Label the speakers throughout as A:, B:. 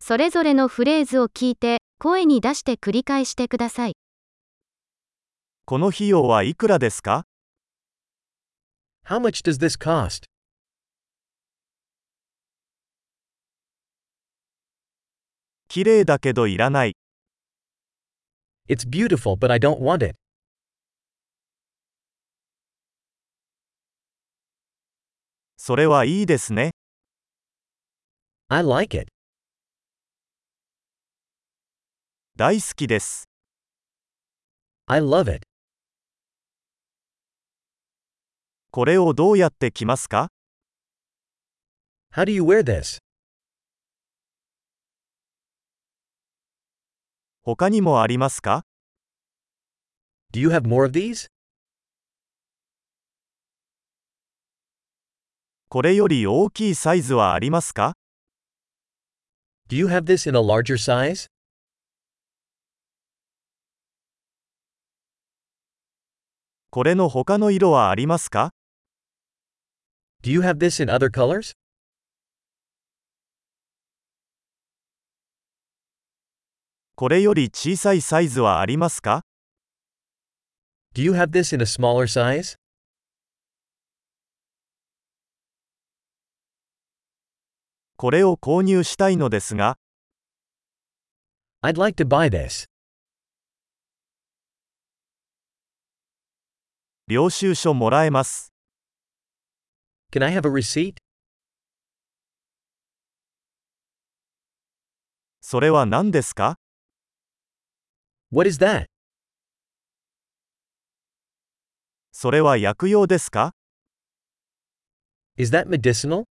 A: それぞれのフレーズを聞いて、声に出して繰り返してください。
B: この費用はいくらですか
C: How much does this cost?
B: 綺麗だけどいらない。
C: It's beautiful, but I don't want it.
B: それはいいですね。
C: I like it.
B: 大好きです。
C: I love it.
B: これをどうやって着ますか
C: How do you wear this?
B: 他にもありますか
C: Do you have more of these?
B: これより大きいサイズはありますか
C: Do you have this in a larger size?
B: これの他の色はありますか
C: Do you have this in other colors?
B: これより小さいサイズはありますか
C: Do you have this in a smaller size?
B: これを購入したいのですが、
C: I'd like to buy this.
B: 領収書もらえます。
C: Can I have a receipt?
B: それは何ですか
C: What is that?
B: それは薬用ですか
C: Is that medicinal?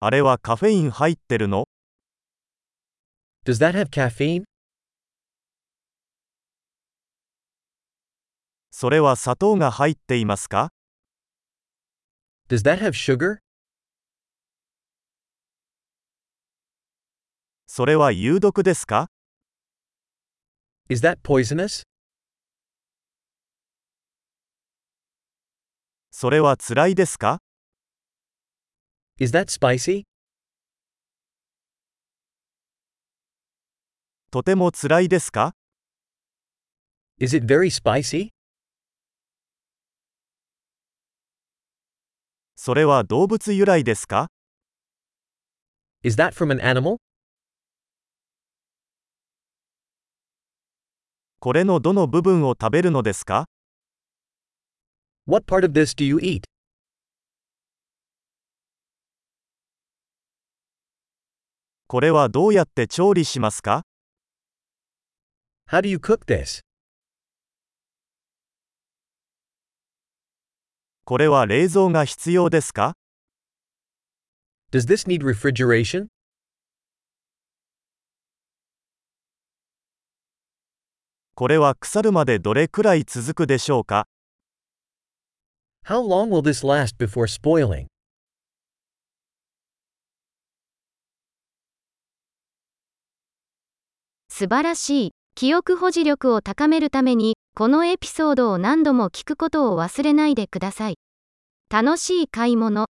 B: あれはカフェイン入ってるの
C: Does that have caffeine?
B: それは砂糖が入っていますか
C: Does that have sugar?
B: それは有毒ですか
C: Is that poisonous?
B: それはつらいですか
C: Is that spicy?
B: とてもつらいですか
C: Is it very spicy?
B: それは動物由来ですか
C: Is that from an animal?
B: これのどの部分を食べるのですか
C: What part of this do you eat?
B: これはどうやって調理しますか
C: How do you cook this?
B: これは冷蔵が必要ですか
C: Does this need refrigeration?
B: これは腐るまでどれくらい続くでしょうか
C: How long will this last before spoiling?
A: 素晴らしい。記憶保持力を高めるために、このエピソードを何度も聞くことを忘れないでください。楽しい買い物。